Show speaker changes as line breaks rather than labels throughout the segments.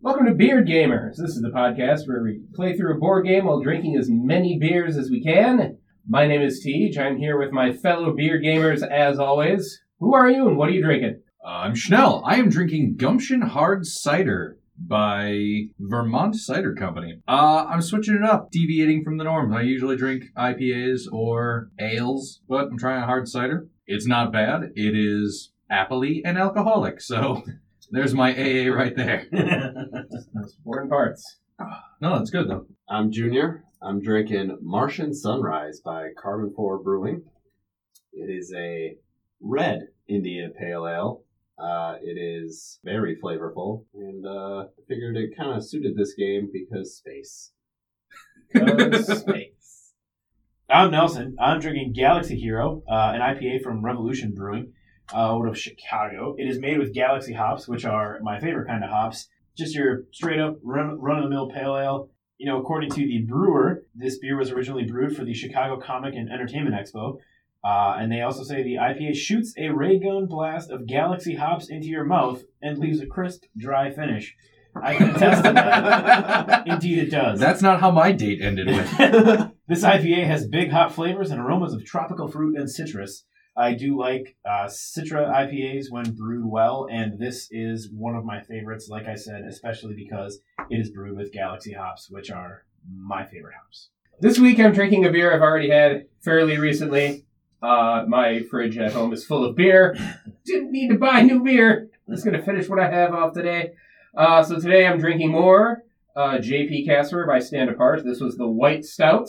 Welcome to Beer Gamers. This is the podcast where we play through a board game while drinking as many beers as we can. My name is Tej. I'm here with my fellow beer gamers as always. Who are you and what are you drinking?
Uh, I'm Schnell. I am drinking Gumption Hard Cider by Vermont Cider Company. Uh, I'm switching it up, deviating from the norm. I usually drink IPAs or ales, but I'm trying a hard cider. It's not bad. It is appley and alcoholic, so there's my AA right there.
Most important parts.
No, it's good though.
I'm Junior. I'm drinking Martian Sunrise by Carbon 4 Brewing. It is a red India Pale Ale. Uh, it is very flavorful, and uh, I figured it kind of suited this game because space. space.
I'm Nelson. I'm drinking Galaxy Hero, uh, an IPA from Revolution Brewing uh, out of Chicago. It is made with Galaxy hops, which are my favorite kind of hops. Just your straight up run of the mill pale ale. You know, according to the brewer, this beer was originally brewed for the Chicago Comic and Entertainment Expo. Uh, and they also say the IPA shoots a ray gun blast of Galaxy hops into your mouth and leaves a crisp, dry finish. I can attest to that. Indeed, it does.
That's not how my date ended with.
this IPA has big hop flavors and aromas of tropical fruit and citrus. I do like uh, Citra IPAs when brewed well, and this is one of my favorites, like I said, especially because it is brewed with Galaxy hops, which are my favorite hops.
This week I'm drinking a beer I've already had fairly recently. Uh, my fridge at home is full of beer. Didn't need to buy new beer. I'm just going to finish what I have off today. Uh, so today I'm drinking more uh, JP Casper by Stand Apart. This was the white stout.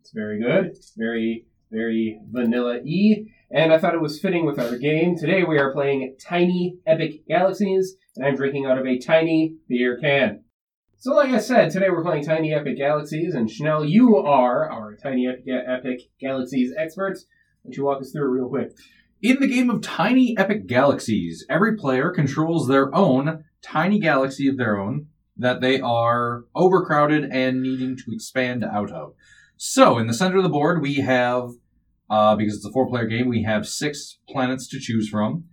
It's very good. Very, very vanilla y. And I thought it was fitting with our game. Today we are playing Tiny Epic Galaxies, and I'm drinking out of a tiny beer can. So, like I said, today we're playing Tiny Epic Galaxies, and Chanel, you are our Tiny Epic, Epic Galaxies expert. Why don't you walk us through real quick?
In the game of Tiny Epic Galaxies, every player controls their own tiny galaxy of their own that they are overcrowded and needing to expand out of. So, in the center of the board, we have, uh, because it's a four player game, we have six planets to choose from.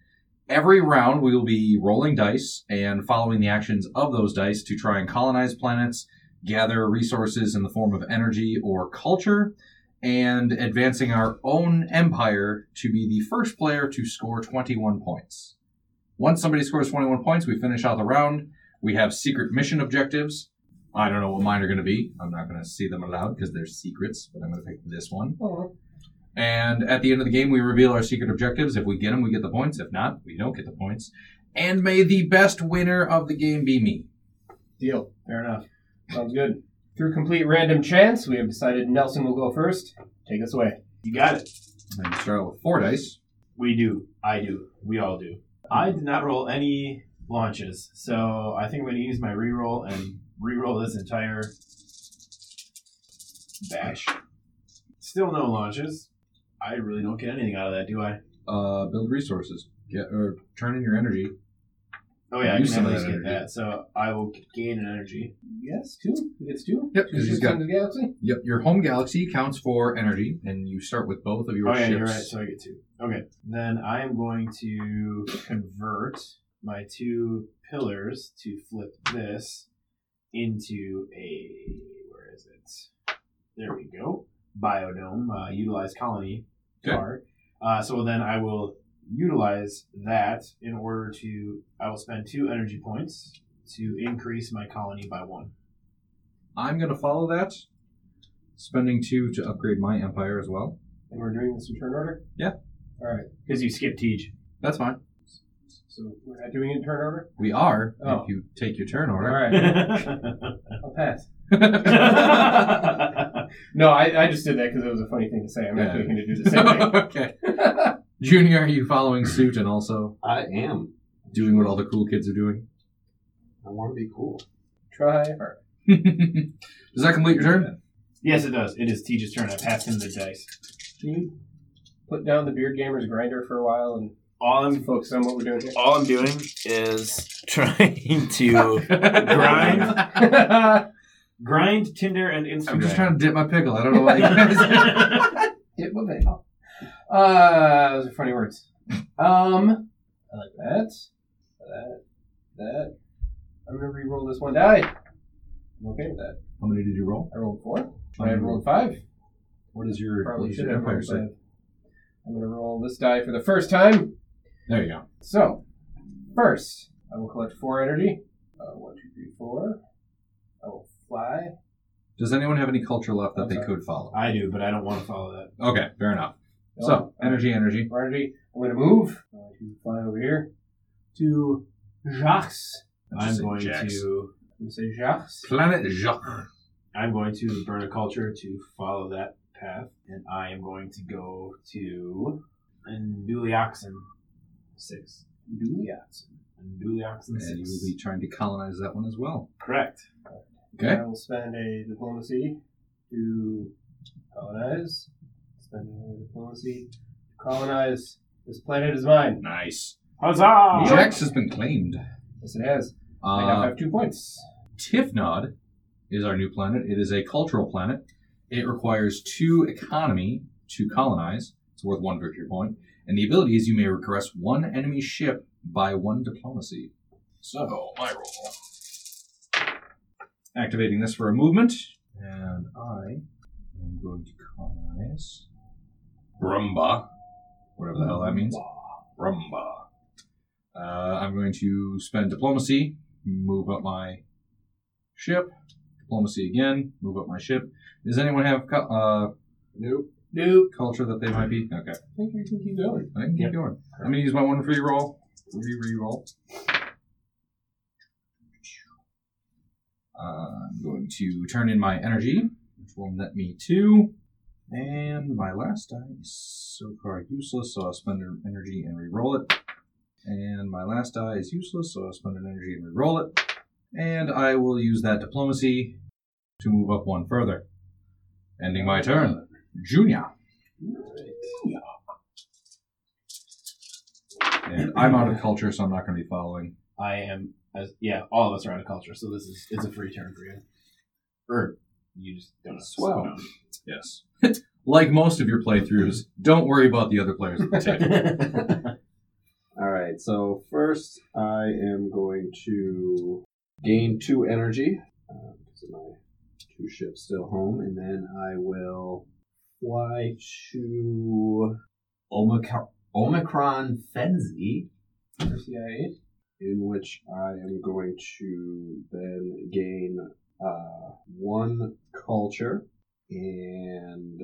Every round, we will be rolling dice and following the actions of those dice to try and colonize planets, gather resources in the form of energy or culture, and advancing our own empire to be the first player to score 21 points. Once somebody scores 21 points, we finish out the round. We have secret mission objectives. I don't know what mine are going to be. I'm not going to see them aloud because they're secrets, but I'm going to pick this one. And at the end of the game, we reveal our secret objectives. If we get them, we get the points. If not, we don't get the points. And may the best winner of the game be me.
Deal.
Fair enough.
Sounds good. Through complete random chance, we have decided Nelson will go first. Take us away.
You got it.
And we start out with four dice.
We do. I do. We all do. I did not roll any launches, so I think I'm going to use my reroll and reroll this entire bash. Still no launches. I really don't get anything out of that, do I?
Uh, build resources. Get or turn in your energy.
Oh yeah, I
Use
can
some
at
of
least
that
get
energy.
that. So I will gain an energy.
Yes, two. He gets two.
Yep,
Two
'cause he's
ships
got-
into the galaxy.
Yep, your home galaxy counts for energy, and you start with both of your
oh yeah,
ships.
you're right. So I get two. Okay, then I am going to convert my two pillars to flip this into a where is it? There we go. Biodome, uh, utilize colony
Okay.
card. Uh, so then I will utilize that in order to. I will spend two energy points to increase my colony by one.
I'm going to follow that, spending two to upgrade my empire as well.
And we're doing this in turn order?
Yeah.
All right.
Because you skipped Tej.
That's fine.
So we're not doing it in turn order?
We are
Oh.
if you take your turn
All
order.
right. I'll pass. No, I, I just did that because it was a funny thing to say. I'm actually going to do the same thing.
okay. Junior, are you following suit and also
I am.
doing what all the cool kids are doing?
I want to be cool.
Try hard.
Does that complete your turn?
yes, it does. It is Tej's turn. I passed him the dice.
Can you put down the Beard Gamers grinder for a while and
All I'm
focus on what we're doing here?
all I'm doing is trying to grind, grind Tinder and Instagram.
I'm just trying to dip my pickle. I don't know why you guys.
it will they help? Uh, those are funny words. Um, I like that. That. That. I'm gonna re-roll this one die. I'm okay with that.
How many did you roll?
I rolled four. Should I have rolled five?
What is your, what
Probably
is
should
your
have
empire
rolled
save?
five. I'm gonna roll this die for the first time.
There you go.
So, first, I will collect four energy. Uh, one, two, three, four. I will fly.
Does anyone have any culture left that
I'm
they
sorry.
could follow?
I do, but I don't want to follow that.
Okay, fair enough.
No,
So,
I'm-
energy, energy.
Four energy. I'm gonna move. I'm going to fly over here to Jacques.
I'm
Interesting,
going
Jax.
to.
I'm gonna say Jacques.
Planet Jacques.
I'm going to burn a culture to follow that path, and I am going to go to Andulioxin six. Andulioxin. Andulioxin
And you
six.
will be trying to colonize that one as well.
Correct.
Okay.
I will spend a diplomacy to colonize. Spending a diplomacy to colonize. This planet is mine.
Nice.
Huzzah!
Jax has been claimed.
Yes, it has. I now
Uh,
have two points.
Tifnod is our new planet. It is a cultural planet. It requires two economy to colonize. It's worth one victory point. And the ability is you may regress one enemy ship by one diplomacy. So, my roll. Activating this for a movement. And I am going to colonize Brumba. Whatever the hell that means. Brumba. Uh, I'm going to spend diplomacy, move up my ship. Diplomacy again. Move up my ship. Does anyone have cu- uh,
Nope.
Nope.
culture that they might be? Okay.
I think you can keep going.
I can keep
Yep.
going. I'm going to use my one free roll. Re re roll. Uh, I'm going to turn in my energy, which will net me two. And my last die is so far useless, so I'll spend an energy and re-roll it. And my last die is useless, so I'll spend an energy and re-roll it. And I will use that diplomacy to move up one further. Ending my turn. Junior. And I'm out of culture, so I'm not going to be following.
I am. As, yeah, all of us are out of culture, so this is it's a free turn for you. Or you just don't. know.
Swell. Yes. like most of your playthroughs, don't worry about the other players at the table.
All right. So first, I am going to gain two energy uh, because of my two ships still home, and then I will fly to Omicron, Omicron Fenzi,
For CIA.
in which I am going to then gain uh, one culture and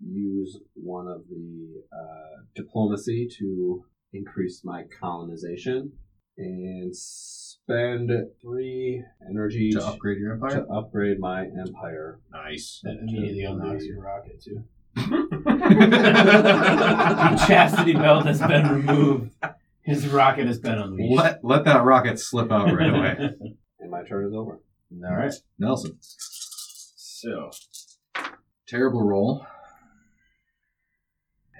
use one of the uh, diplomacy to increase my colonization and spend three energy
to upgrade your
to
empire?
upgrade my empire.
Nice.
That immediately unlocks your rocket too.
let,
The chastity belt has been removed. His rocket has been unleashed.
let that rocket slip out Oh, right away.
And my turn is over.
All right.
Nelson.
So
Terrible roll.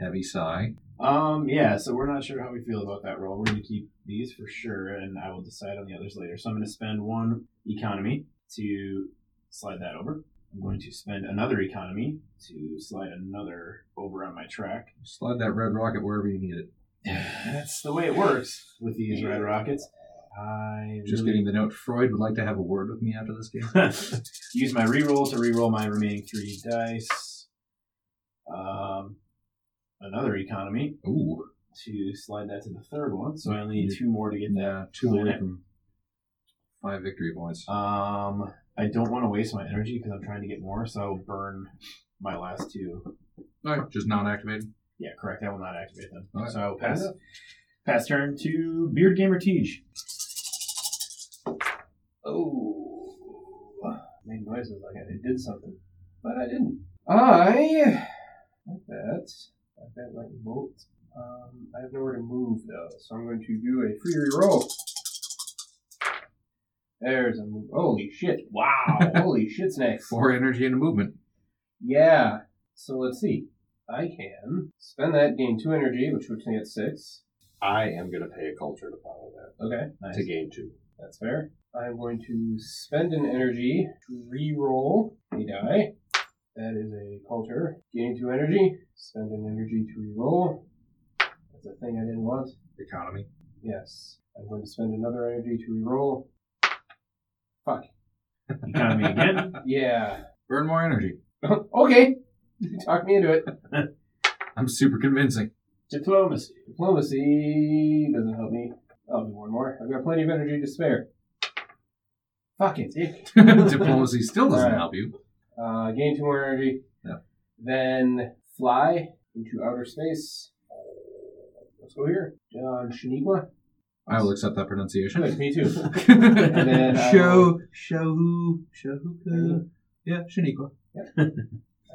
Heavy sigh.
Um, yeah, so we're not sure how we feel about that roll. We're going to keep these for sure, and I will decide on the others later. So I'm going to spend one economy to slide that over. I'm going to spend another economy to slide another over on my track.
Slide that red rocket wherever you need it.
That's the way it works with these red rockets. I
Just
really
getting the note. Freud would like to have a word with me after this game.
use my reroll to reroll my remaining three dice. Um, another economy
Ooh.
to slide that to the third one. So I only need two more to get that
Yeah, two away from five victory points.
Um, I don't want to waste my energy because I'm trying to get more, so I'll burn my last two.
All right, just non activated.
Yeah, correct. I will not activate them.
All right.
So I will pass. Pass turn to Beard Gamer Tej.
Oh. Made noises like I did something, but I didn't. I. Like that. Like that lightning bolt. Um, I have nowhere to move, though, so I'm going to do a free reroll. There's a move. Holy shit. Wow. Holy shit snacks.
Four energy and a movement.
Yeah. So let's see. I can spend that, gain two energy, which puts me at six.
I am going to pay a culture to follow that
Okay,
Nice.
to gain two.
that's fair. I'm going to spend an energy to re-roll a die. That is a culture. Gain two energy. Spend an energy to re-roll. That's a thing I didn't want.
Economy.
Yes. I'm going to spend another energy to re-roll. Fuck.
Economy again.
Yeah.
Burn more energy.
okay. Talk me into it.
I'm super convincing.
Diplomacy.
Diplomacy doesn't help me. I'll do one more. I've got plenty of energy to spare. Fuck it.
Diplomacy still doesn't
Alright.
help you.
Uh, gain two more energy.
Yeah.
Then fly into outer space. Let's go here. John Shaniqua.
I will accept that pronunciation.
Good, me too.
and
then I
show, show who, show who, yeah, Shaniqua.
I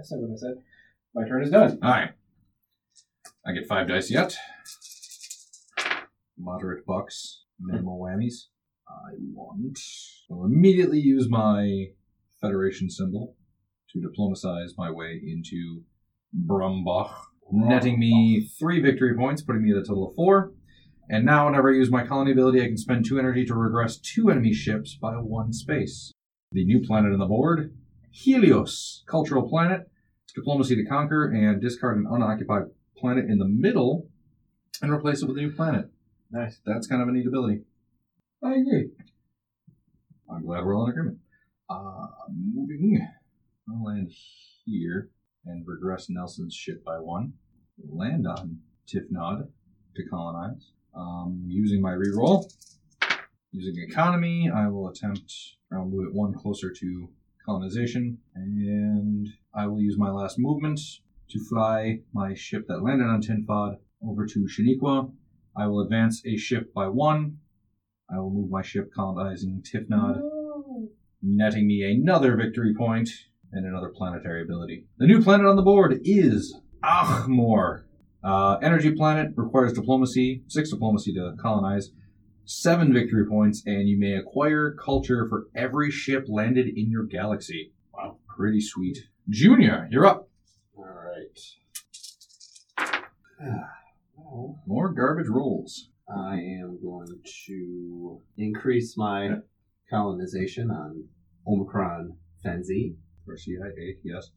said what I said. My turn is done.
All right. I get five dice yet. Moderate bucks, minimal whammies. I want. I'll immediately use my Federation symbol to diplomatize my way into Brumbach, netting me three victory points, putting me at a total of four. And now, whenever I use my colony ability, I can spend two energy to regress two enemy ships by one space. The new planet on the board, Helios, cultural planet diplomacy to conquer and discard an unoccupied planet in the middle and replace it with a new planet.
Nice.
That's kind of a neat ability.
I agree.
I'm glad we're all in agreement. Uh, moving. I'll land here and regress Nelson's ship by one. Land on Tifnod to colonize. Um, using my reroll. Using economy, I will attempt, I'll move it one closer to colonization. And I will use my last movement to fly my ship that landed on Tinfod over to Shaniqua. I will advance a ship by one. I will move my ship colonizing Tifnod netting me another victory point and another planetary ability. The new planet on the board is Achmor. Uh, energy planet requires diplomacy, six diplomacy to colonize, seven victory points, and you may acquire culture for every ship landed in your galaxy.
Wow.
Pretty sweet. Junior, you're up.
All right. well,
More garbage rolls.
I am going to increase my colonization on Omicron Fenzi,
For CIA, yes.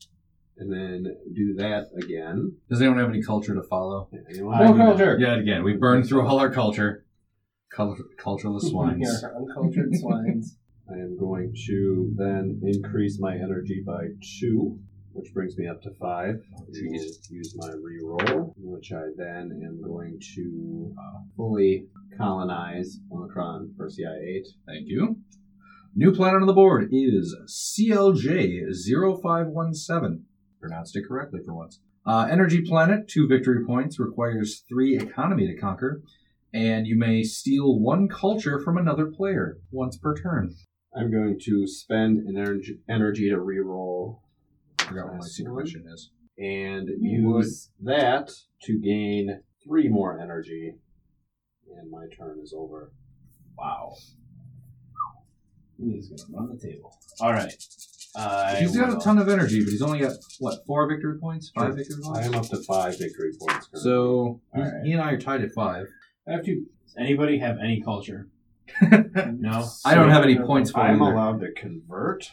and then do that again.
Does anyone have any culture to follow?
Anyone?
More
I do not.
culture.
Yet again, we burned through all our culture. Culture, cultureless
We
swines.
are uncultured swines.
I am going to then increase my energy by two, which brings me up to five. I will use my reroll, which I then am going to uh, fully colonize Omicron for CI8.
Thank you. New planet on the board is CLJ0517. Pronounced it correctly for once. Uh, energy planet, two victory points, requires three economy to conquer, and you may steal one culture from another player once per turn.
I'm going to spend an energy, energy to reroll
I forgot what my secret question is.
and
You would.
use that to gain three more energy. And my turn is over.
Wow. He's gonna run the table. All right. I
he's got a
will-
ton of energy, but he's only got, what, four victory points? Five
Sure.
victory
I
points?
am up to five victory points. Currently.
So he's-
Alright.
he and I are tied at five.
I have to.
Does anybody have any culture? no.
I don't have any points for
I'm
either.
allowed to convert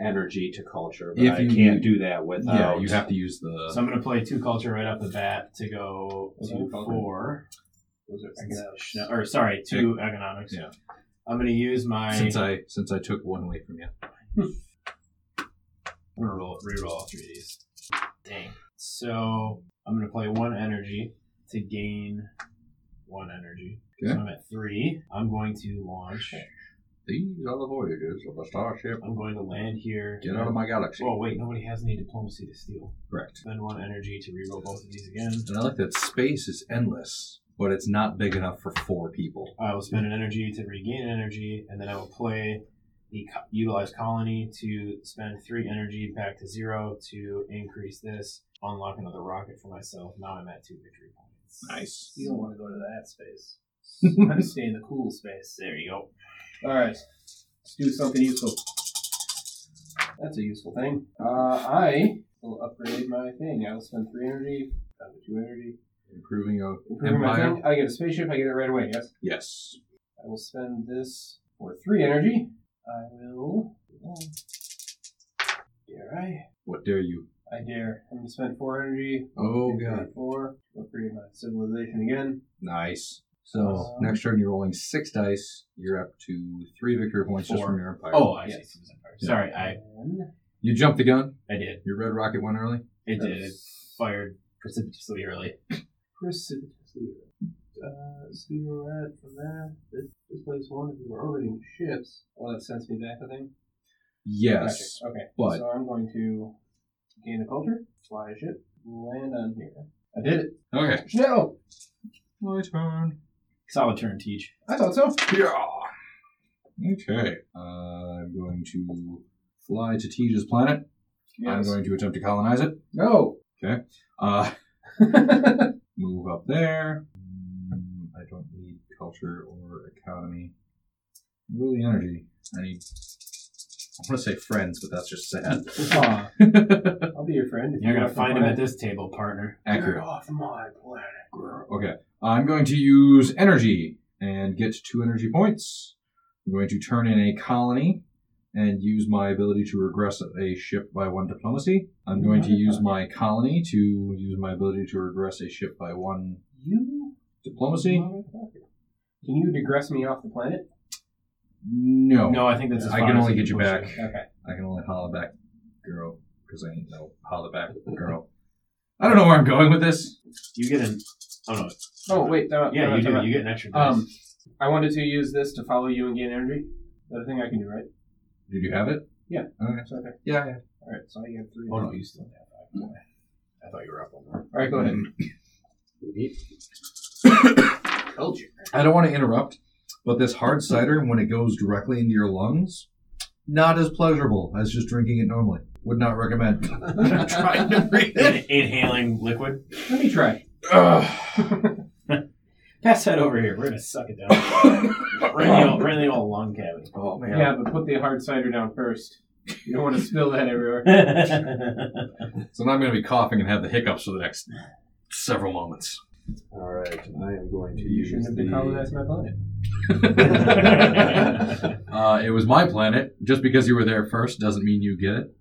energy to culture, but
If
I
you-
can't do that without.
Yeah, you have to use the.
So I'm gonna play two culture right off the bat to go to
Okay.
four.
Those are
Since- no, or sorry, two economics.
Yeah.
I'm gonna use my.
since I since I took one away from you.
I'm gonna roll, reroll all three of these. Dang. So I'm gonna play one energy to gain one energy.
Okay.
So I'm at three. I'm going to launch.
These are the voyages of the starship.
I'm going to land here.
Get out of my galaxy.
Oh wait, nobody has any diplomacy to steal.
Correct.
Spend one energy to reroll both of these again.
And I like that space is endless, but it's not big enough for four people.
I will spend an energy to regain an energy, and then I will play the co- utilize colony to spend three energy back to zero to increase this. Unlock another rocket for myself. Now I'm at two victory points.
Nice.
You don't want to go to that space. You want to stay in the cool space.
There you go.
All right. Let's do something useful. That's a useful thing. Uh, I will upgrade my thing. I will spend three energy, down to two energy.
Improving your
Improving my
empire.
thing. I get a spaceship. I get it right away. Yes.
Yes.
I will spend this for three energy. I will. Dare I?
What dare you?
I dare. I'm gonna spend four energy.
Oh
Two, three, Four. Upgrade my civilization again.
Nice. So um, next turn, you're rolling six dice. You're up to three victory points just
Four.
from your empire.
Oh, I
Yes.
see. Sorry, I
you jumped the gun.
I did.
Your red rocket went early.
It did. It fired precipitously early.
Precipitously. Uh, so you know that from that. This, this place one, we were orbiting ships. Well, that sends me back, I think.
Yes,
Gotcha. Okay.
but-
So I'm going to gain a culture, fly a ship, land on here. I did it.
Okay.
No!
My turn.
Solid turn, teach.
I thought so.
Yeah. Okay. Uh, I'm going to fly to Tej's planet. I'm going to attempt to colonize it.
No!
Uh, move up there. Mm, I don't need culture or economy. Really, energy. I need. I want to say friends, but that's just sad.
Aw, I'll be your friend. if
You're
you
gonna
want
find him
play.
at this table, partner.
Accurate.
off my planet.
Okay. I'm going to use energy and get two energy points. I'm going to turn in a colony and use my ability to regress a ship by one diplomacy. I'm going to use my colony to use my ability to regress a ship by one
You
diplomacy.
motherfucker. Can you digress me off the planet?
No.
No, I think that's. As
I
far
can
as
only
we
get you
push
back.
it.
Okay.
I can only holla back girl because I ain't no holla back girl. I don't know where I'm going with this.
You get an. Oh no.
Oh, wait. No,
Yeah,
no,
you
no, no.
do. You get an extra. dice.
Um, I wanted to use this to follow you and gain energy. That a thing I can do, right?
Did you have it?
Yeah.
Okay.
It's right there.
Yeah, yeah.
All right, so I get three.
oh no, you still have five. I thought you were up on that.
All right, go ahead.
Told you.
I don't want to interrupt, but this hard cider, when it goes directly into your lungs, not as pleasurable as just drinking it normally. Would not recommend.
I'm trying to breathe.
In- inhaling liquid.
Let me try.
Pass that over here. We're gonna suck it down. right, in the old, right in the old lung cavity.
oh
Yeah. but put the hard cider down first. You don't want to spill that everywhere.
So now I'm going to be coughing and have the hiccups for the next several moments.
All right, I am going to
You shouldn't
use
have been
the.
colonizing my planet.
Uh, it was my planet. Just because you were there first doesn't mean you get it.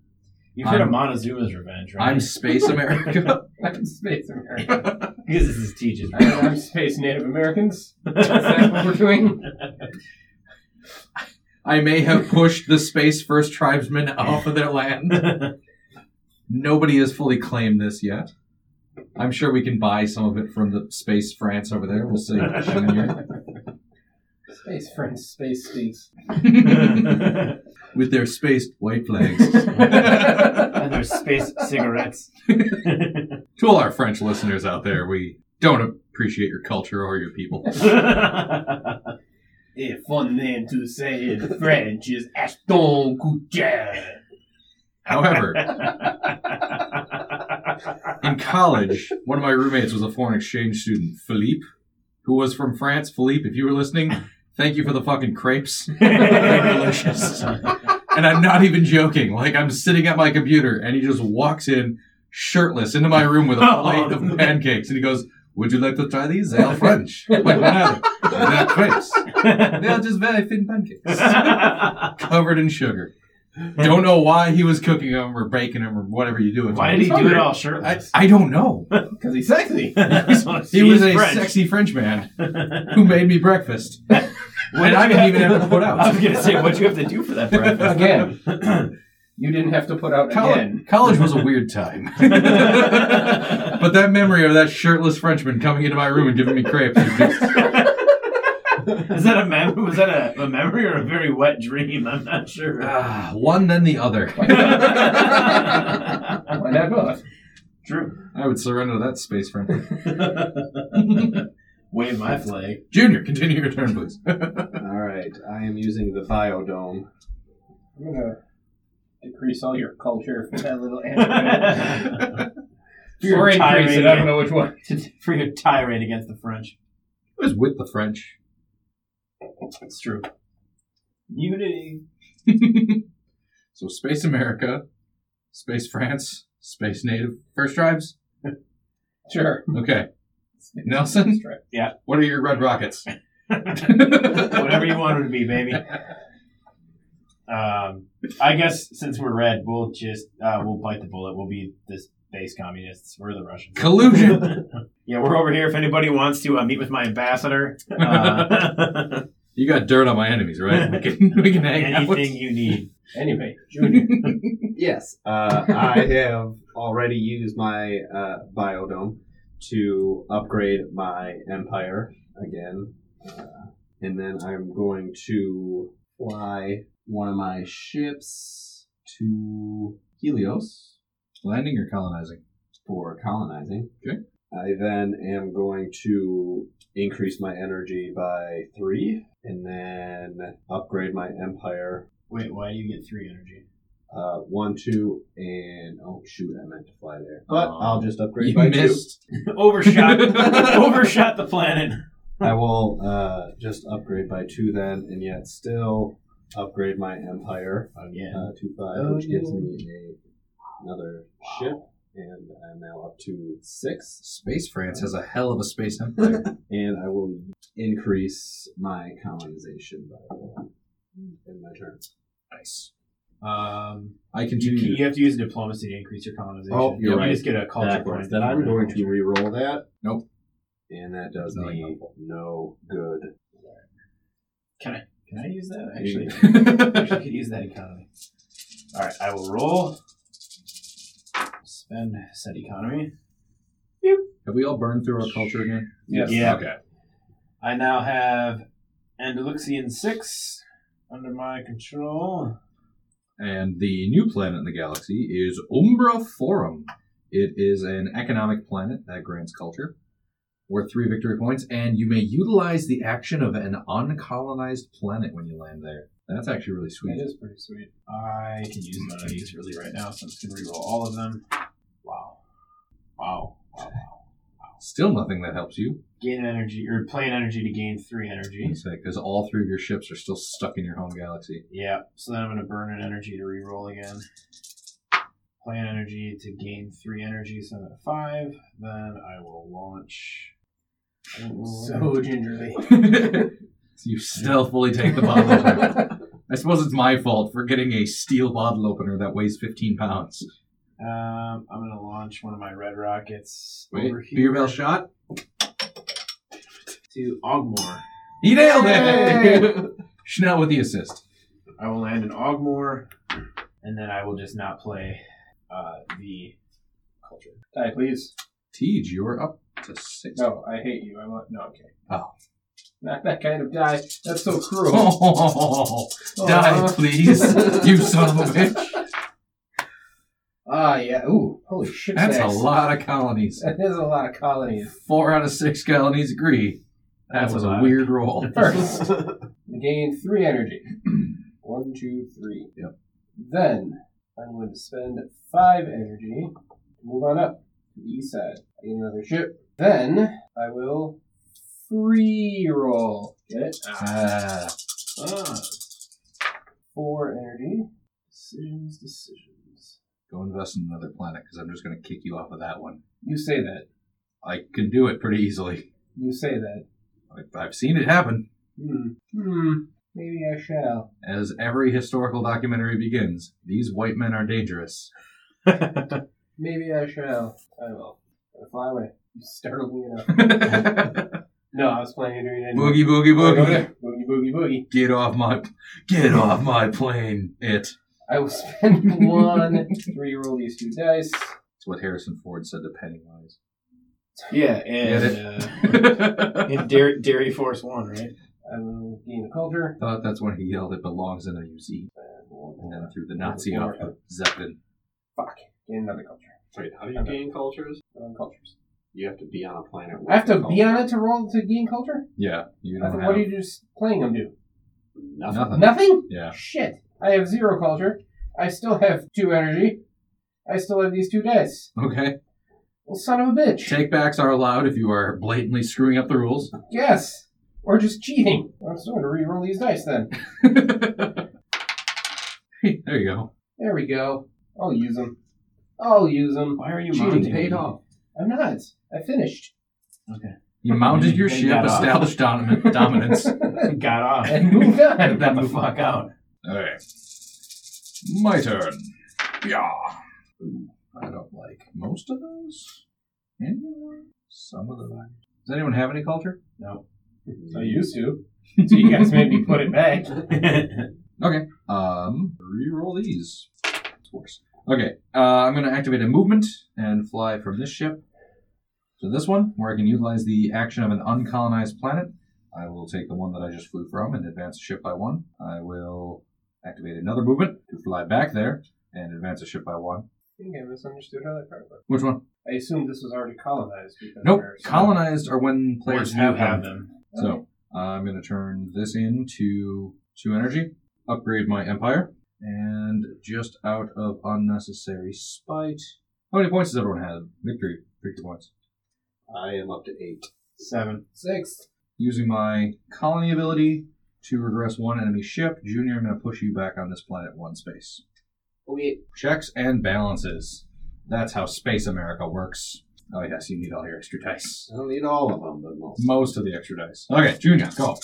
You've heard of
I'm-
Montezuma's revenge, right?
I'm Space America.
I'm space American.
because this is teaches.
I mean, I'm space Native Americans. Is that what we're doing?
I may have pushed the space first tribesmen off of their land. Nobody has fully claimed this yet. I'm sure we can buy some of it from the space France over there. We'll see.
Space friends, space stinks.
with their spaced white flags.
and there's space cigarettes.
to all our French listeners out there, we don't appreciate your culture or your people.
If one name to say in French is Aston Kutcher.
However, in college, one of my roommates was a foreign exchange student, Philippe, who was from France. Philippe, if you were listening, thank you for the fucking crepes. They're delicious. And I'm not even joking. Like I'm sitting at my computer and he just walks in shirtless into my room with a
Oh,
plate of
man.
pancakes and he goes, Would you like to try these? They are French. Like what are they? They're crepes. They are just very thin pancakes. Covered in sugar. Don't know why he was cooking them or baking them or whatever you do. with
Why
them.
did he do it all shirtless?
I, I don't know.
Because he's sexy.
He was a sexy French man who made me breakfast.
What
and I
did
didn't
you
even have to put out.
I was gonna say, what'd you have to do for that breakfast?
Again. You didn't have to put out
College,
again.
college was a weird time. but that memory of that shirtless Frenchman coming into my room and giving me crepes is just.
Is that a mem- was that a, a memory or a very wet dream? I'm not sure.
Uh.
ah, one then the other.
Why not both?
True.
I would surrender that space, Frenchman.
Wave my flag.
Junior, continue your turn, please.
All right, I am using the biodome.
I'm gonna decrease all your culture for that little anime. or increase it, I don't know which one.
for your tirade against the French.
I was with the French.
It's true. Unity.
So Space America, Space France, Space Native, First Tribes.
Sure.
Okay. Nelson?
Yeah.
What are your red rockets?
Whatever you wanted to be, baby. Um, I guess since we're red, we'll just uh, we'll bite the bullet. We'll be this base communists. We're the Russians.
Collusion.
yeah, we're over here. If anybody wants to uh, meet with my ambassador, uh,
you got dirt on my enemies, right? We can, we can hang out.
anything you need.
Anyway, Junior.
Yes, uh, I have already used my uh, biodome to upgrade my empire again, uh, and then I'm going to fly one of my ships to Helios
Landing or colonizing?
for colonizing.
Okay.
I then am going to increase my energy by three, and then upgrade my empire
Wait, why do you get three energy?
uh, one, two, and oh shoot, I meant to fly there, but
Oh.
I'll just upgrade
You
by
missed.
Overshot, overshot the planet.
two. I will uh, just upgrade by two then, and yet still upgrade my empire
Oh yeah.
uh, to five,
Oh,
which gives
yeah.
me a, another ship, and I'm now up to six.
Space France has a hell of a space empire.
And I will increase my colonization by one in my turn.
nice.
Um,
I
you,
continue.
you have to use diplomacy to increase your colonization.
Oh, you're
you
right.
just get a culture
Backwards.
point.
Then I'm going to re-roll that.
Nope.
And that does
Not
me no good.
Can I use that actually?
to.
Actually, I could use that economy. All right, I will roll. Spend said economy.
have we all burned through our culture again?
Yes.
Yeah.
Okay.
I now have Andalusian six under my control.
And the new planet in the galaxy is Umbra Forum. It is an economic planet that grants culture, worth three victory points, and you may utilize the action of an uncolonized planet when you land there. That's actually really
That
sweet.
is pretty sweet. I can use none of these really right now, so I'm just gonna reroll all of them. Wow, wow, wow, wow.
Still nothing that helps you,
Gain energy or plan energy to gain three energy.
because all three of your ships are still stuck in your home galaxy.
Yeah, so then I'm gonna burn an energy to reroll again. Plan energy to gain three energy, so I'm at five. Then I will launch.
So gingerly.
so you stealthily take the bottle opener. I suppose it's my fault for getting a steel bottle opener that weighs 15 pounds.
Um, I'm gonna launch one of my red rockets
Wait,
over here
beer bell shot?
to Ogmore.
He nailed it! Schnell with the assist.
I will land in Ogmore, and then I will just not play uh, the culture.
Ty, please.
Tej, you are up to six.
No, I hate you. I want no. Okay.
Oh.
Not that kind of die. That's so cruel.
Oh, die, please. you son of a bitch.
Ah, yeah. Ooh, holy shit.
That's a
sacks.
lot of colonies.
That is a lot of colonies.
Four out of six colonies agree. That
That's
was
a
a
lot.
weird roll.
First, gain three energy. One, two, three.
Yep.
Then I'm going to spend five energy to move on up to the east side. I get another ship. Then I will free roll. Get it?
Ah,
Ah,
Four energy.
decisions, decisions.
go invest in another planet because I'm just going to kick you off of that one.
You say that.
I can do it pretty easily.
You say that.
Like, I've seen it happen.
Hmm. Hmm. Maybe I shall.
As every historical documentary begins, these white men are dangerous.
Maybe I shall. I will. Gotta fly away. You startled me enough.
boogie,
No, I was playing Adrian.
boogie,
Boogie,
boogie.
boogie, boogie, boogie.
Get off my, get off my plane. It.
I will spend one, re-roll these two dice.
It's what Harrison Ford said to Pennywise.
Yeah,
Get
and uh,
I
in Dairy, Dairy Force One, right?
I will gain a culture.
thought that's when he yelled, "It belongs in a museum,"
And
and
one,
then threw the Nazi off the zeppelin.
fuck. Gain another culture.
Wait, how do
you
gain cultures?
Another cultures.
You have to be on a planet. with
I have to
a
be on
culture.
it to roll to gain culture?
Yeah, you
I
don't
thought,
have
what do you just playing them do?
Nothing.
nothing.
Nothing?
Yeah,
Shit. I have zero culture. I still have two energy. I still have these two dice.
okay.
Well, son of a bitch.
Takebacks are allowed if you are blatantly screwing up the rules.
Yes. Or just cheating. I'm still going to re-roll these dice then.
there you go.
There we go. I'll use them. I'll use them.
Why are you
Cheating
mounting
paid
me?
off. I'm not. I finished.
You mounted your
Then
ship,
got off.
established domin- dominance.
Got off.
and moved on.
Got the fuck out.
Okay. My turn. Yeah. I don't like most of those. Any of them? Some of them. Does anyone have any culture?
No.
I used to. So you guys made me put it back.
Um, reroll these. It's worse. Okay, uh, I'm going to activate a movement and fly from this ship to this one, where I can utilize the action of an uncolonized planet. I will take the one that I just flew from and advance the ship by one. I will activate another movement to fly back there and advance the ship by one.
I think I misunderstood how that part worked.
Which one?
I assumed this was already colonized because
Nope.
we're-
Colonized are when players
Players
new
do have them.
So uh, I'm going to turn this into two energy, upgrade my empire, and just out of unnecessary spite. How many points does everyone have? Victory, victory points.
I am up to eight.
Seven.
Six.
Using my colony ability to regress one enemy ship, Junior, I'm going to push you back on this planet one space.
Oh, Wait.
Checks and balances. That's how Space America works. Oh yes, you need all your extra dice.
I don't need all of them, but most.
Most of the extra dice. Okay, Junior, go.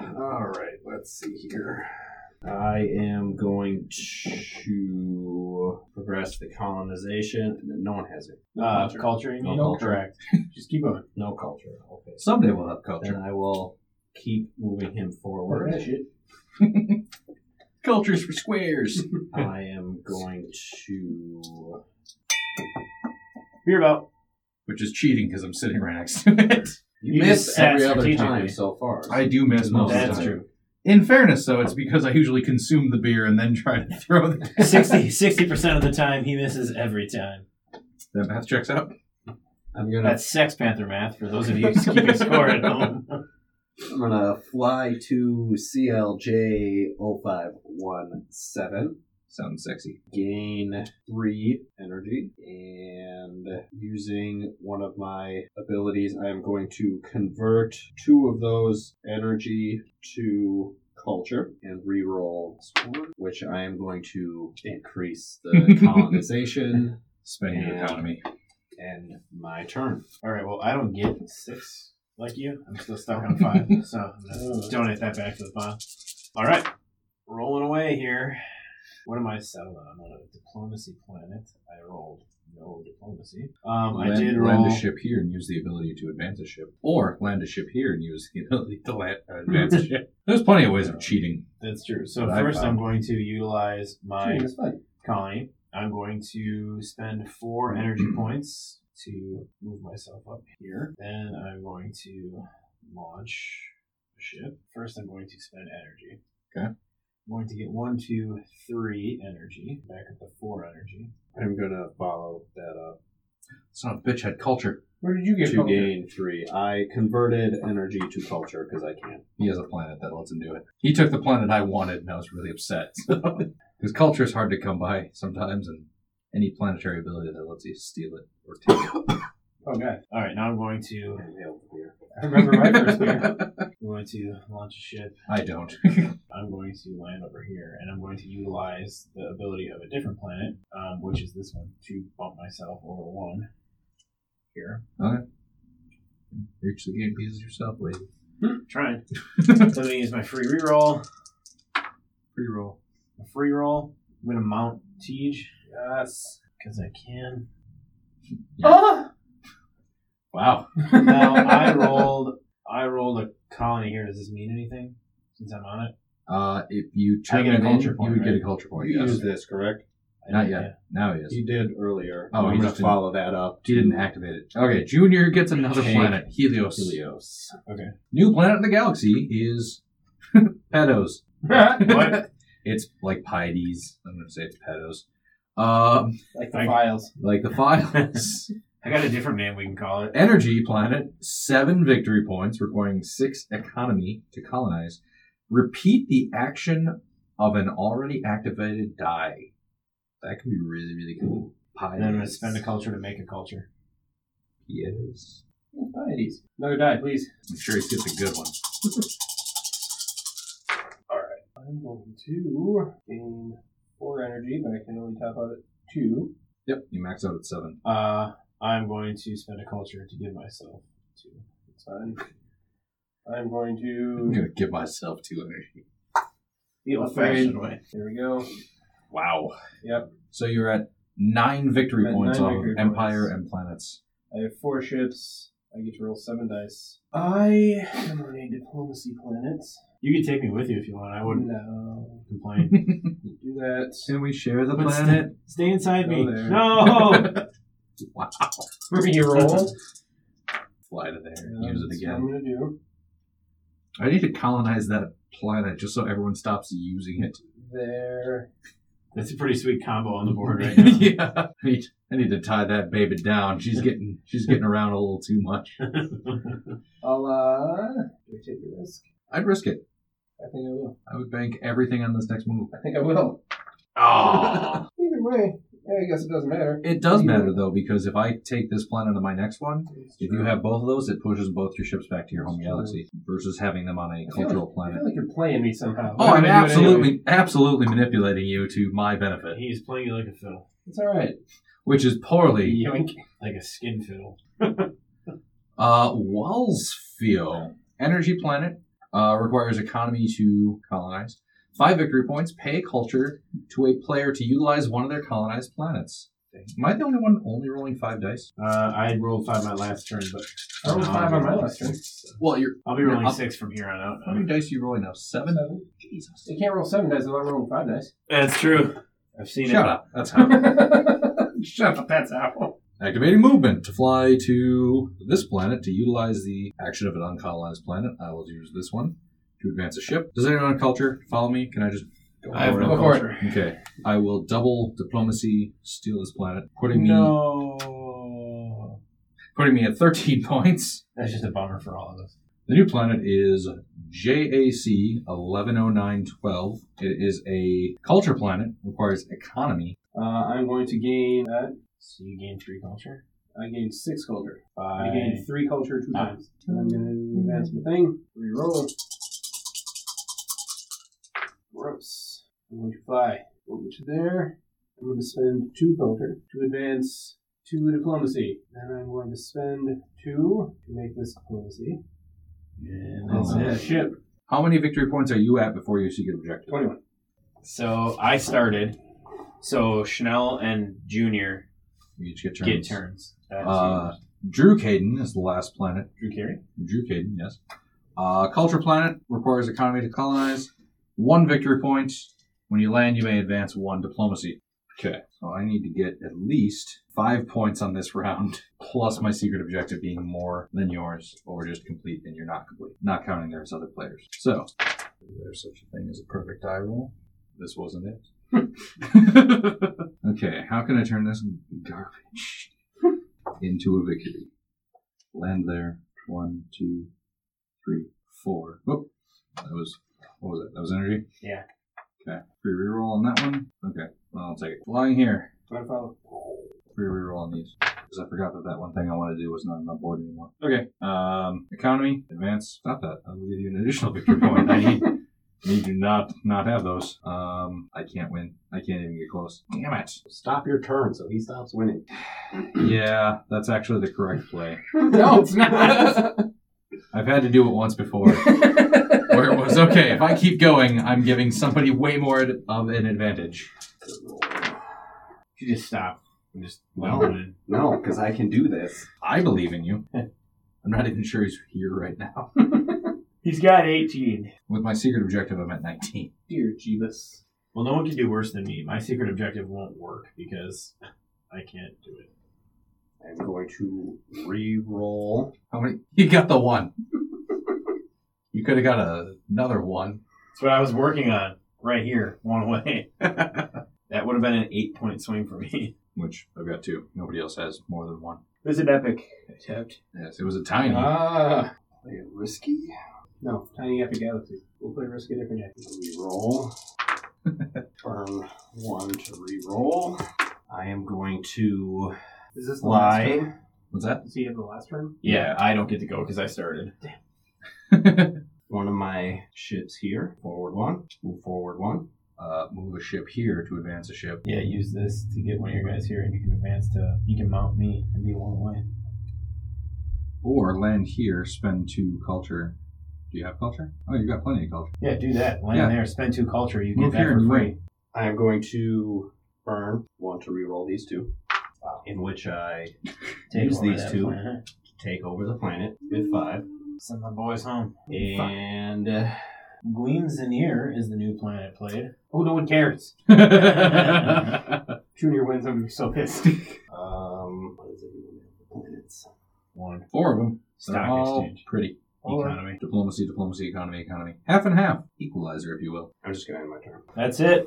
All right, let's see here. I am going to progress the colonization. No one has it. No
Uh,
culture.
culture, you
No
mean?
culture.
Correct. Just keep going.
No culture. Okay.
Someday we'll have culture.
Then I will keep moving him forward.
Cultures for squares.
I am going to.
Beer belt.
Which is cheating because I'm sitting right next to it.
You,
You
missed
missed that
every other
strategically. Oh,
time so far.
I do miss most of
That's
the time.
true.
In fairness, though, it's because I usually consume the beer and then try to throw the.
60 percent of the time he misses every time.
That math checks out.
I'm gonna
That's Sex Panther math for those of you keeping score at home.
I'm gonna fly to CLJ 0517,
Sounds sexy.
gain three energy, and using one of my abilities, I am going to convert two of those energy to culture and reroll, one, which I am going to increase the colonization
Spending your
Yeah.
economy.
and my turn.
All right. Well, I don't get six like you. I'm still stuck on five, so I'm gonna
Oh.
donate that back to the pile. All right, rolling away here. What am I settled on? I'm on a diplomacy planet. I rolled no diplomacy. Um, I
land,
did
land
roll.
a ship here and use the ability to advance a ship, or land a ship here and use the ability to land, uh, advance a ship. There's plenty of ways of cheating.
That's true. So
But I
first, I'm
found-
going to utilize my
Cheating is fun.
colony. I'm going to spend four energy points to move myself up here. Then I'm going to launch a ship. First, I'm going to spend energy.
Okay.
I'm going to get one, two, three energy. Back up to four energy.
I'm gonna follow that up
Son of a bitch had culture.
Where did you get
to
culture?
gain three. I converted energy to culture because I can.
He has a planet that lets him do it. He took the planet I wanted, and I was really upset. Because culture is hard to come by sometimes, and any planetary ability that lets you steal it or take it.
Oh god.
All right, now I'm going to.
and hail the beer.
I remember my first beer.
I'm going to launch a ship.
I don't.
I'm going to land over here, and I'm going to utilize the ability of a different planet, um, which is this one, to bump myself over one here.
Reach the game pieces yourself, wait.
Trying. so I'm going to use my free reroll.
Pre-roll.
a free roll. I'm gonna mount Tej. Yes. Because I can.
Ah!
Wow.
Now I rolled I rolled a colony here. Does this mean anything? Since I'm on it?
Uh, if you
I
turn
get a
it in,
culture
you
point,
would get a
right?
culture point.
you
yes.
used this, correct?
I
Not
don't-
yet.
yeah.
Now he is.
You did earlier.
Oh,
I'm
he
gonna
just didn't-
follow that up.
He didn't activate it. Okay, Junior gets another
Take
planet, Helios.
Helios.
New planet in the galaxy is E Pedos.
What?
It's like E Pides. I'm going to say it's E Pedos. Um,
Like the
I-
files.
like the files.
I got a different name we can call it.
Energy planet, seven victory points, requiring six economy to colonize. Repeat the action of an already activated die. That can be really, really cool. Pie
And then I'm gonna spend a culture to make a culture.
Yes.
Pieties. Oh, Another die, please.
I'm sure he gets a good one.
I'm going to gain four energy, but I can only top out at two.
Yep, you max out at seven.
Uh I'm going to spend a culture to give myself two.
That's fine. I'm going
I'm
to.
Mm.
gonna give myself two energy.
The old fashioned way.
There we go.
Wow.
So you're at nine victory
At
points
nine
of
victory
Empire
points.
and planets.
I have four ships. I get to roll seven dice. I am on a diplomacy planet.
You could take me with you if you want. I wouldn't
No.
complain.
Do that.
Can we share the
But
planet?
Stay inside me.
Go there.
No.
Wow.
You roll.
Fly to there.
Yeah,
use it
that's
again.
What I'm gonna do.
I need to colonize that planet just so everyone stops using it.
There.
That's a pretty sweet combo on the board right now.
yeah. I need, I need to tie that baby down. She's getting she's getting around a little too much.
I'll uh. Do I take the risk?
I'd risk it.
I think I will.
I would bank everything on this next move.
I think I will. Either
Oh.
way, I guess it doesn't matter.
it does matter though because if I take this planet to my next one, if you have both of those, it pushes both your ships back to your home
That's true.
galaxy versus having them on a
feel
cultural
I
planet.
feel like you're playing me somehow.
Oh,
But
I'm
gonna do it
absolutely,
anyway.
absolutely manipulating you to my benefit,
He's playing you like a fiddle,
It's all right.
which is poorly.
Yoink.
like a skin fiddle.
Uh, Wallsfio, energy planet, uh, requires economy to colonize. Five victory points. Pay a culture to a player to utilize one of their colonized planets. Am I the only one only rolling five dice?
Uh, I rolled five my last turn, but
I rolled five on my last turn.
Well, you're
I'll be
Yeah,
rolling
I'll-
six from here on
how
out.
many dice are you rolling now? Seven.
Seven.
Jesus.
You can't roll seven dice without rolling five dice.
That's true. I've seen
Shut
it.
up. That's how.
Shut up. That's how.
Activating movement to fly to this planet to utilize the action of an uncolonized planet. I will use this one to advance a ship. Does anyone on culture follow me? Can I just go
I have
over
no
it?
Go for
culture.
Okay. I will double diplomacy, steal this planet, putting me
No.
putting me at 13 points.
That's just a bummer for all of us.
The new planet is JAC 110912. It is a culture planet, requires economy.
Uh, I'm going to gain that.
So you gain three culture.
I gained six culture.
Five.
I gained three culture two
Nine.
times. And I'm going to advance my thing. Reroll. Gross. I'm going to fly over to there. I'm going to spend two culture to advance two diplomacy. Then I'm going to spend two to make this diplomacy.
And
Oh.
that's it.
Ship.
How many victory points are you at before your secret objective?
21.
So I started. So Chanel and Junior
You each get turns.
get turns. That's
Uh, Drew Caden is the last planet.
you. Drew Carey.
Drew Caden, yes. Uh, culture planet requires economy to colonize. One victory point. When you land, you may advance one diplomacy. Okay. So I need to get at least five points on this round, plus my secret objective being more than yours, or just complete and you're not complete, not counting there's other players. So there's such a thing as a perfect die roll. This wasn't it. okay, how can I turn this garbage into a victory? Land there. One, two, three, four. Whoop. That was what was it? That was energy?
Yeah.
Okay. Free reroll on that one. Okay. Well, I'll take it. Flying here.
Trying to follow.
Free reroll on these. Because I forgot that that one thing I wanted to do was not on the board anymore. Okay. Um, economy, advance. Stop that. I'll give you an additional victory point. I need. You do not not have those. Um, I can't win. I can't even get close. Damn it.
Stop your turn so he stops winning.
Yeah, that's actually the correct play.
no, it's not.
I've had to do it once before. where it was okay. If I keep going, I'm giving somebody way more ad- of an advantage.
You just stop and just
No.
let him in.
No, because I can do this.
I believe in you. I'm not even sure he's here right now.
He's got eighteen.
With my secret objective, I'm at 19.
Dear Jeebus.
Well, no one can do worse than me. My secret objective won't work because I can't do it.
I'm going to re-roll.
How many? You got the one. You could have got a, another one.
That's what I was working on right here, one way. that would have been an eight point swing for me.
Which I've got two. Nobody else has more than one.
This is an epic attempt.
Yes, it was a tiny.
Ah.
Play it risky.
No, Tiny Epic Galaxy. We'll play Risk a different day.
Reroll. Turn one to reroll. I am going to
Is this the last turn?
lie.
What's that?
Does he have the last turn?
Yeah, I don't get to go because I started.
One of my ships here. Forward one. Move forward one.
Uh, move a ship here to advance a ship.
Yeah, use this to get one of your guys here, and you can advance to. You can mount me and be one way.
Or land here, spend two culture. Do you have culture? Oh, you got plenty of culture.
Yeah, do that. Land
Yeah.
there, spend two culture, you
Move
get that
here
for
and
free.
I am going to burn. Want to reroll these two, uh, in which I Use
over
these
that
two.
planet.
take over the planet with five.
Send my boys home.
And uh,
Gleams in here is the new planet played.
Oh, no one cares. Junior wins. I'm so pissed.
um, what is it? Planets.
One
Four of them. They're
stock
Oh.
all
exchange
pretty.
economy.
Diplomacy, diplomacy, economy, economy. Half and half. Equalizer, if you will.
I'm just gonna end my turn.
That's it.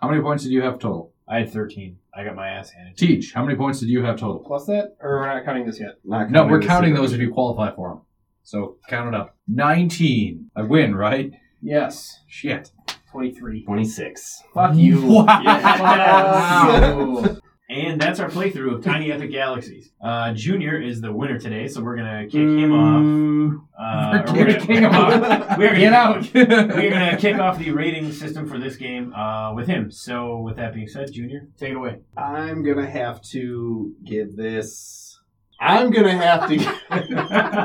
How many points did you have total?
I had 13. I got my ass handed. to me.
Teach, how many points did you have total?
Plus that, or we're not counting this yet.
Not
No, we're
this
counting
either.
those if you qualify for them. So count it up. 19. I win, right?
Yes,
Shit.
23.
Twenty-six.
Fuck you.
Wow.
Fuck you.
And that's our playthrough of Tiny Epic Galaxies. Uh, Junior is the winner today, so we're going to kick him off.
Mm.
Uh, or
We're
we're
gonna
gonna
kick him
off. We're
Get out.
We're going to kick off the rating system for this game uh, with him. So, with that being said, Junior, take it away.
I'm gonna have to give this. I'm gonna have to.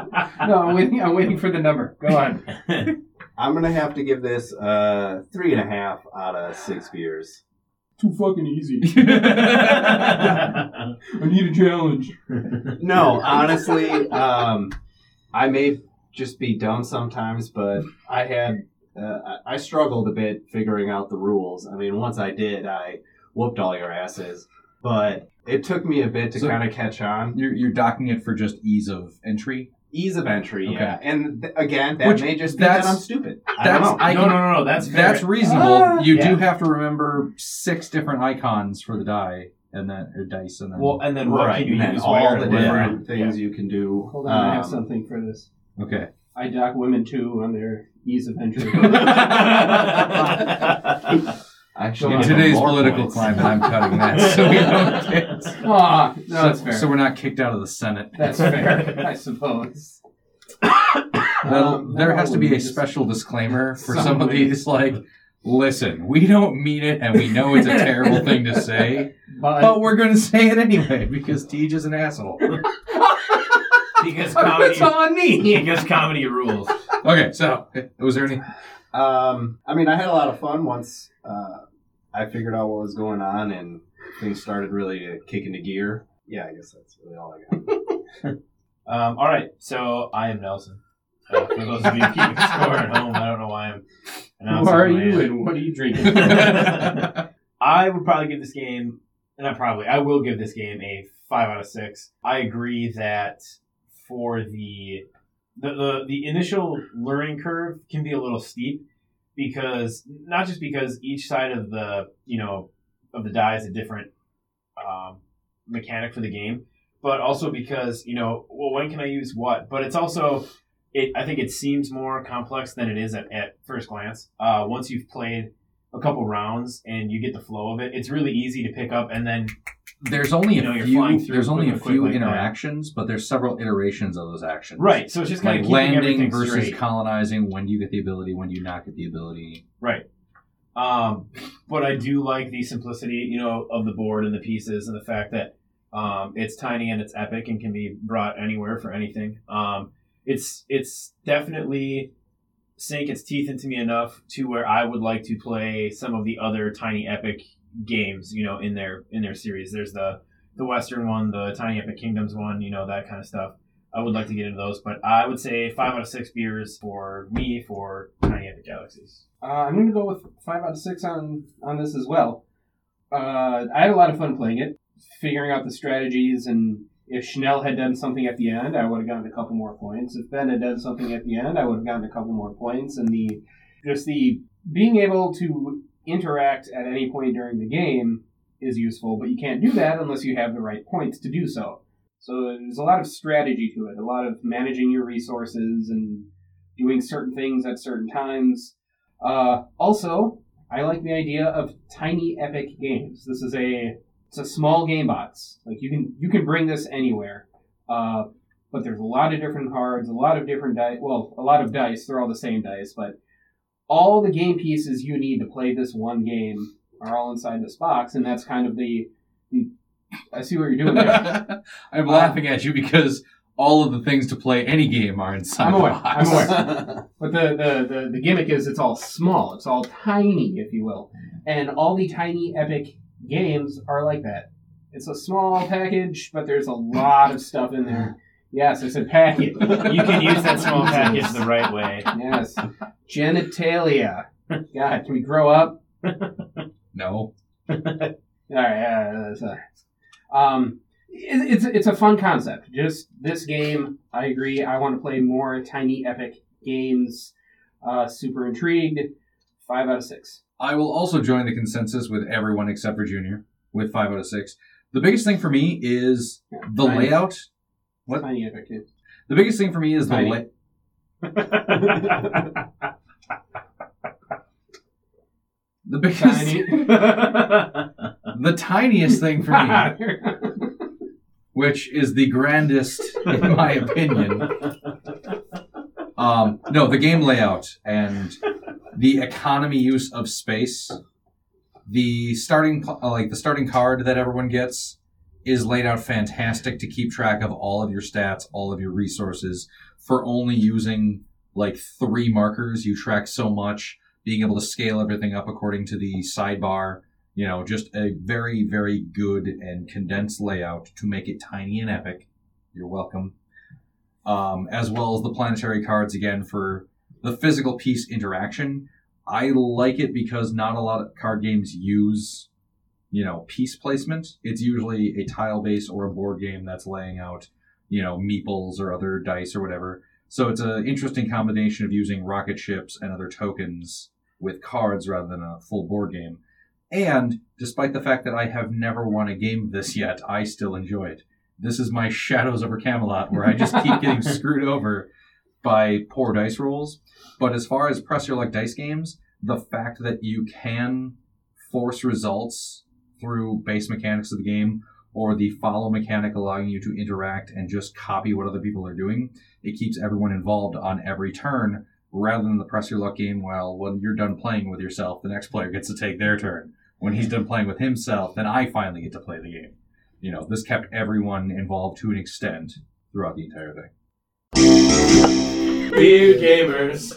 No, I'm waiting, I'm waiting for the number. Go on.
I'm gonna have to give this uh three and a half out of six beers.
Too fucking easy.
That's
I need a challenge.
No, honestly, um, I may just be dumb sometimes, but I had uh, I- I struggled a bit figuring out the rules. I mean, once I did, I whooped all your asses, but it took me a bit to
So-
kind of catch on.
You're, you're docking it for just ease of entry.
Ease of entry, yeah. And th- again, that
Which-
may just be
that's-
that I'm stupid. I don't
that's-
know.
I
no,
can-
no, no, no. That's fair.
That's reasonable.
Ah.
you do
Yeah.
have to remember six different icons for the die and then or dice and then
well, and then what
right,
can you
and then
use?
all
where
the
and when?
different
Yeah.
things you can do.
Hold on, I have
Um,
something for this.
okay.
I dock women too on their ease of entry.
Actually,
In
give
today's
them more
political
points.
climate, I'm cutting that so we don't get.
Aw, no, that's
so,
fair.
so we're not kicked out of the Senate.
that's fair, I suppose.
That'll-
Um,
there has to be a
just-
special disclaimer for
Some
some of
way.
these. Like, listen, we don't mean it, and we know it's a terrible thing to say,
But,
but we're going to say it anyway because Tej is an asshole.
because
it's
comedy,
on me.
because comedy rules.
Okay, so was there any?
Um, I mean, I had a lot of fun once uh, I figured out what was going on and things started really uh, kicking to gear. Yeah, I guess that's really all I got.
Um, all right, so I am Nelson. Uh, for those of you keeping score at home, I don't know why I'm.
Who
announcing
are
who I
you
am.
and what are you drinking?
I would probably give this game, not probably, I will give this game a five out of six. I agree that for the the the, the initial learning curve can be a little steep because not just because each side of the you know of the die is a different um, mechanic for the game, but also because you know well when can I use what? But it's also it, I think it seems more complex than it is at, at first glance. Uh, once you've played a couple rounds and you get the flow of it, it's really easy to pick up and then
There's only
You
a
know, you're flying
few.
through
There's only a
quick, quick
few
like that.
interactions, but there's several iterations of those actions.
right. So it's just kind
Like
of keeping
landing
everything
versus
straight.
colonizing. When do you get the ability? When do you not get the ability?
Um, but I do like the simplicity, you know, of the board and the pieces and the fact that um, it's tiny and it's epic and can be brought anywhere for anything. Um, it's it's definitely sink its teeth into me enough to where I would like to play some of the other tiny epic games, you know, in their in their series. There's the the Western one, the Tiny Epic Kingdoms one, you know, that kind of stuff. I would like to get into those, but I would say five out of six beers for me for Tiny Epic Galaxies.
Uh, I'm going to go with five out of six on on this as well. Uh, I had a lot of fun playing it, figuring out the strategies, and if Schnell had done something at the end, I would have gotten a couple more points. If Ben had done something at the end, I would have gotten a couple more points. And the just the being able to interact at any point during the game is useful, but you can't do that unless you have the right points to do so. So there's a lot of strategy to it, a lot of managing your resources and doing certain things at certain times. Uh, also, I like the idea of tiny epic games. This is a it's a small game box. Like you can you can bring this anywhere. Uh, but there's a lot of different cards, a lot of different dice. Well, a lot of dice. They're all the same dice, but all the game pieces you need to play this one game are all inside this box, and
Uh,
that's kind of the. the I see what you're doing there.
I'm laughing at you because all of the things to play any game are inside
I'm
the
aware.
box.
I'm aware. But the, the, the, the gimmick is it's all small, it's all tiny, if you will. And all the tiny epic games are like that. It's a small package, but there's a lot of stuff in there. Yes, I said package.
You can use that small package the right way.
Yes. Genitalia. God, can we grow up?
No.
All right. Uh, that's, uh, um, it, it's it's a fun concept. Just this game, I agree. I want to play more tiny epic games. Uh, super intrigued. Five out of six.
I will also join the consensus with everyone except for Junior with five out of six. The biggest thing for me is
Yeah,
the
tiny-
layout. What?
Tiny epic games.
The biggest thing for me is the
Tiny.
layout. The biggest,
Tiny.
the tiniest thing for me, which is the grandest in my opinion. Um, no, the game layout and the economy use of space. The starting, pl- uh, like the starting card that everyone gets, is laid out fantastic to keep track of all of your stats, all of your resources. For only using like three markers, you track so much. Being able to scale everything up according to the sidebar, you know, just a very, very good and condensed layout to make it tiny and epic. You're welcome. Um, as well as the planetary cards again for the physical piece interaction. I like it because not a lot of card games use, you know, piece placement. It's usually a tile base or a board game that's laying out, you know, meeples or other dice or whatever. So it's an interesting combination of using rocket ships and other tokens with cards rather than a full board game. And despite the fact that I have never won a game this yet, I still enjoy it. This is my Shadows over Camelot, where I just keep getting screwed over by poor dice rolls, but as far as pressure like dice games, the fact that you can force results through base mechanics of the game or the follow mechanic allowing you to interact and just copy what other people are doing, it keeps everyone involved on every turn rather than the press your luck game. Well, when you're done playing with yourself, the next player gets to take their turn. When he's done playing with himself, then I finally get to play the game. You know, this kept everyone involved to an extent throughout the entire thing.
Beer gamers.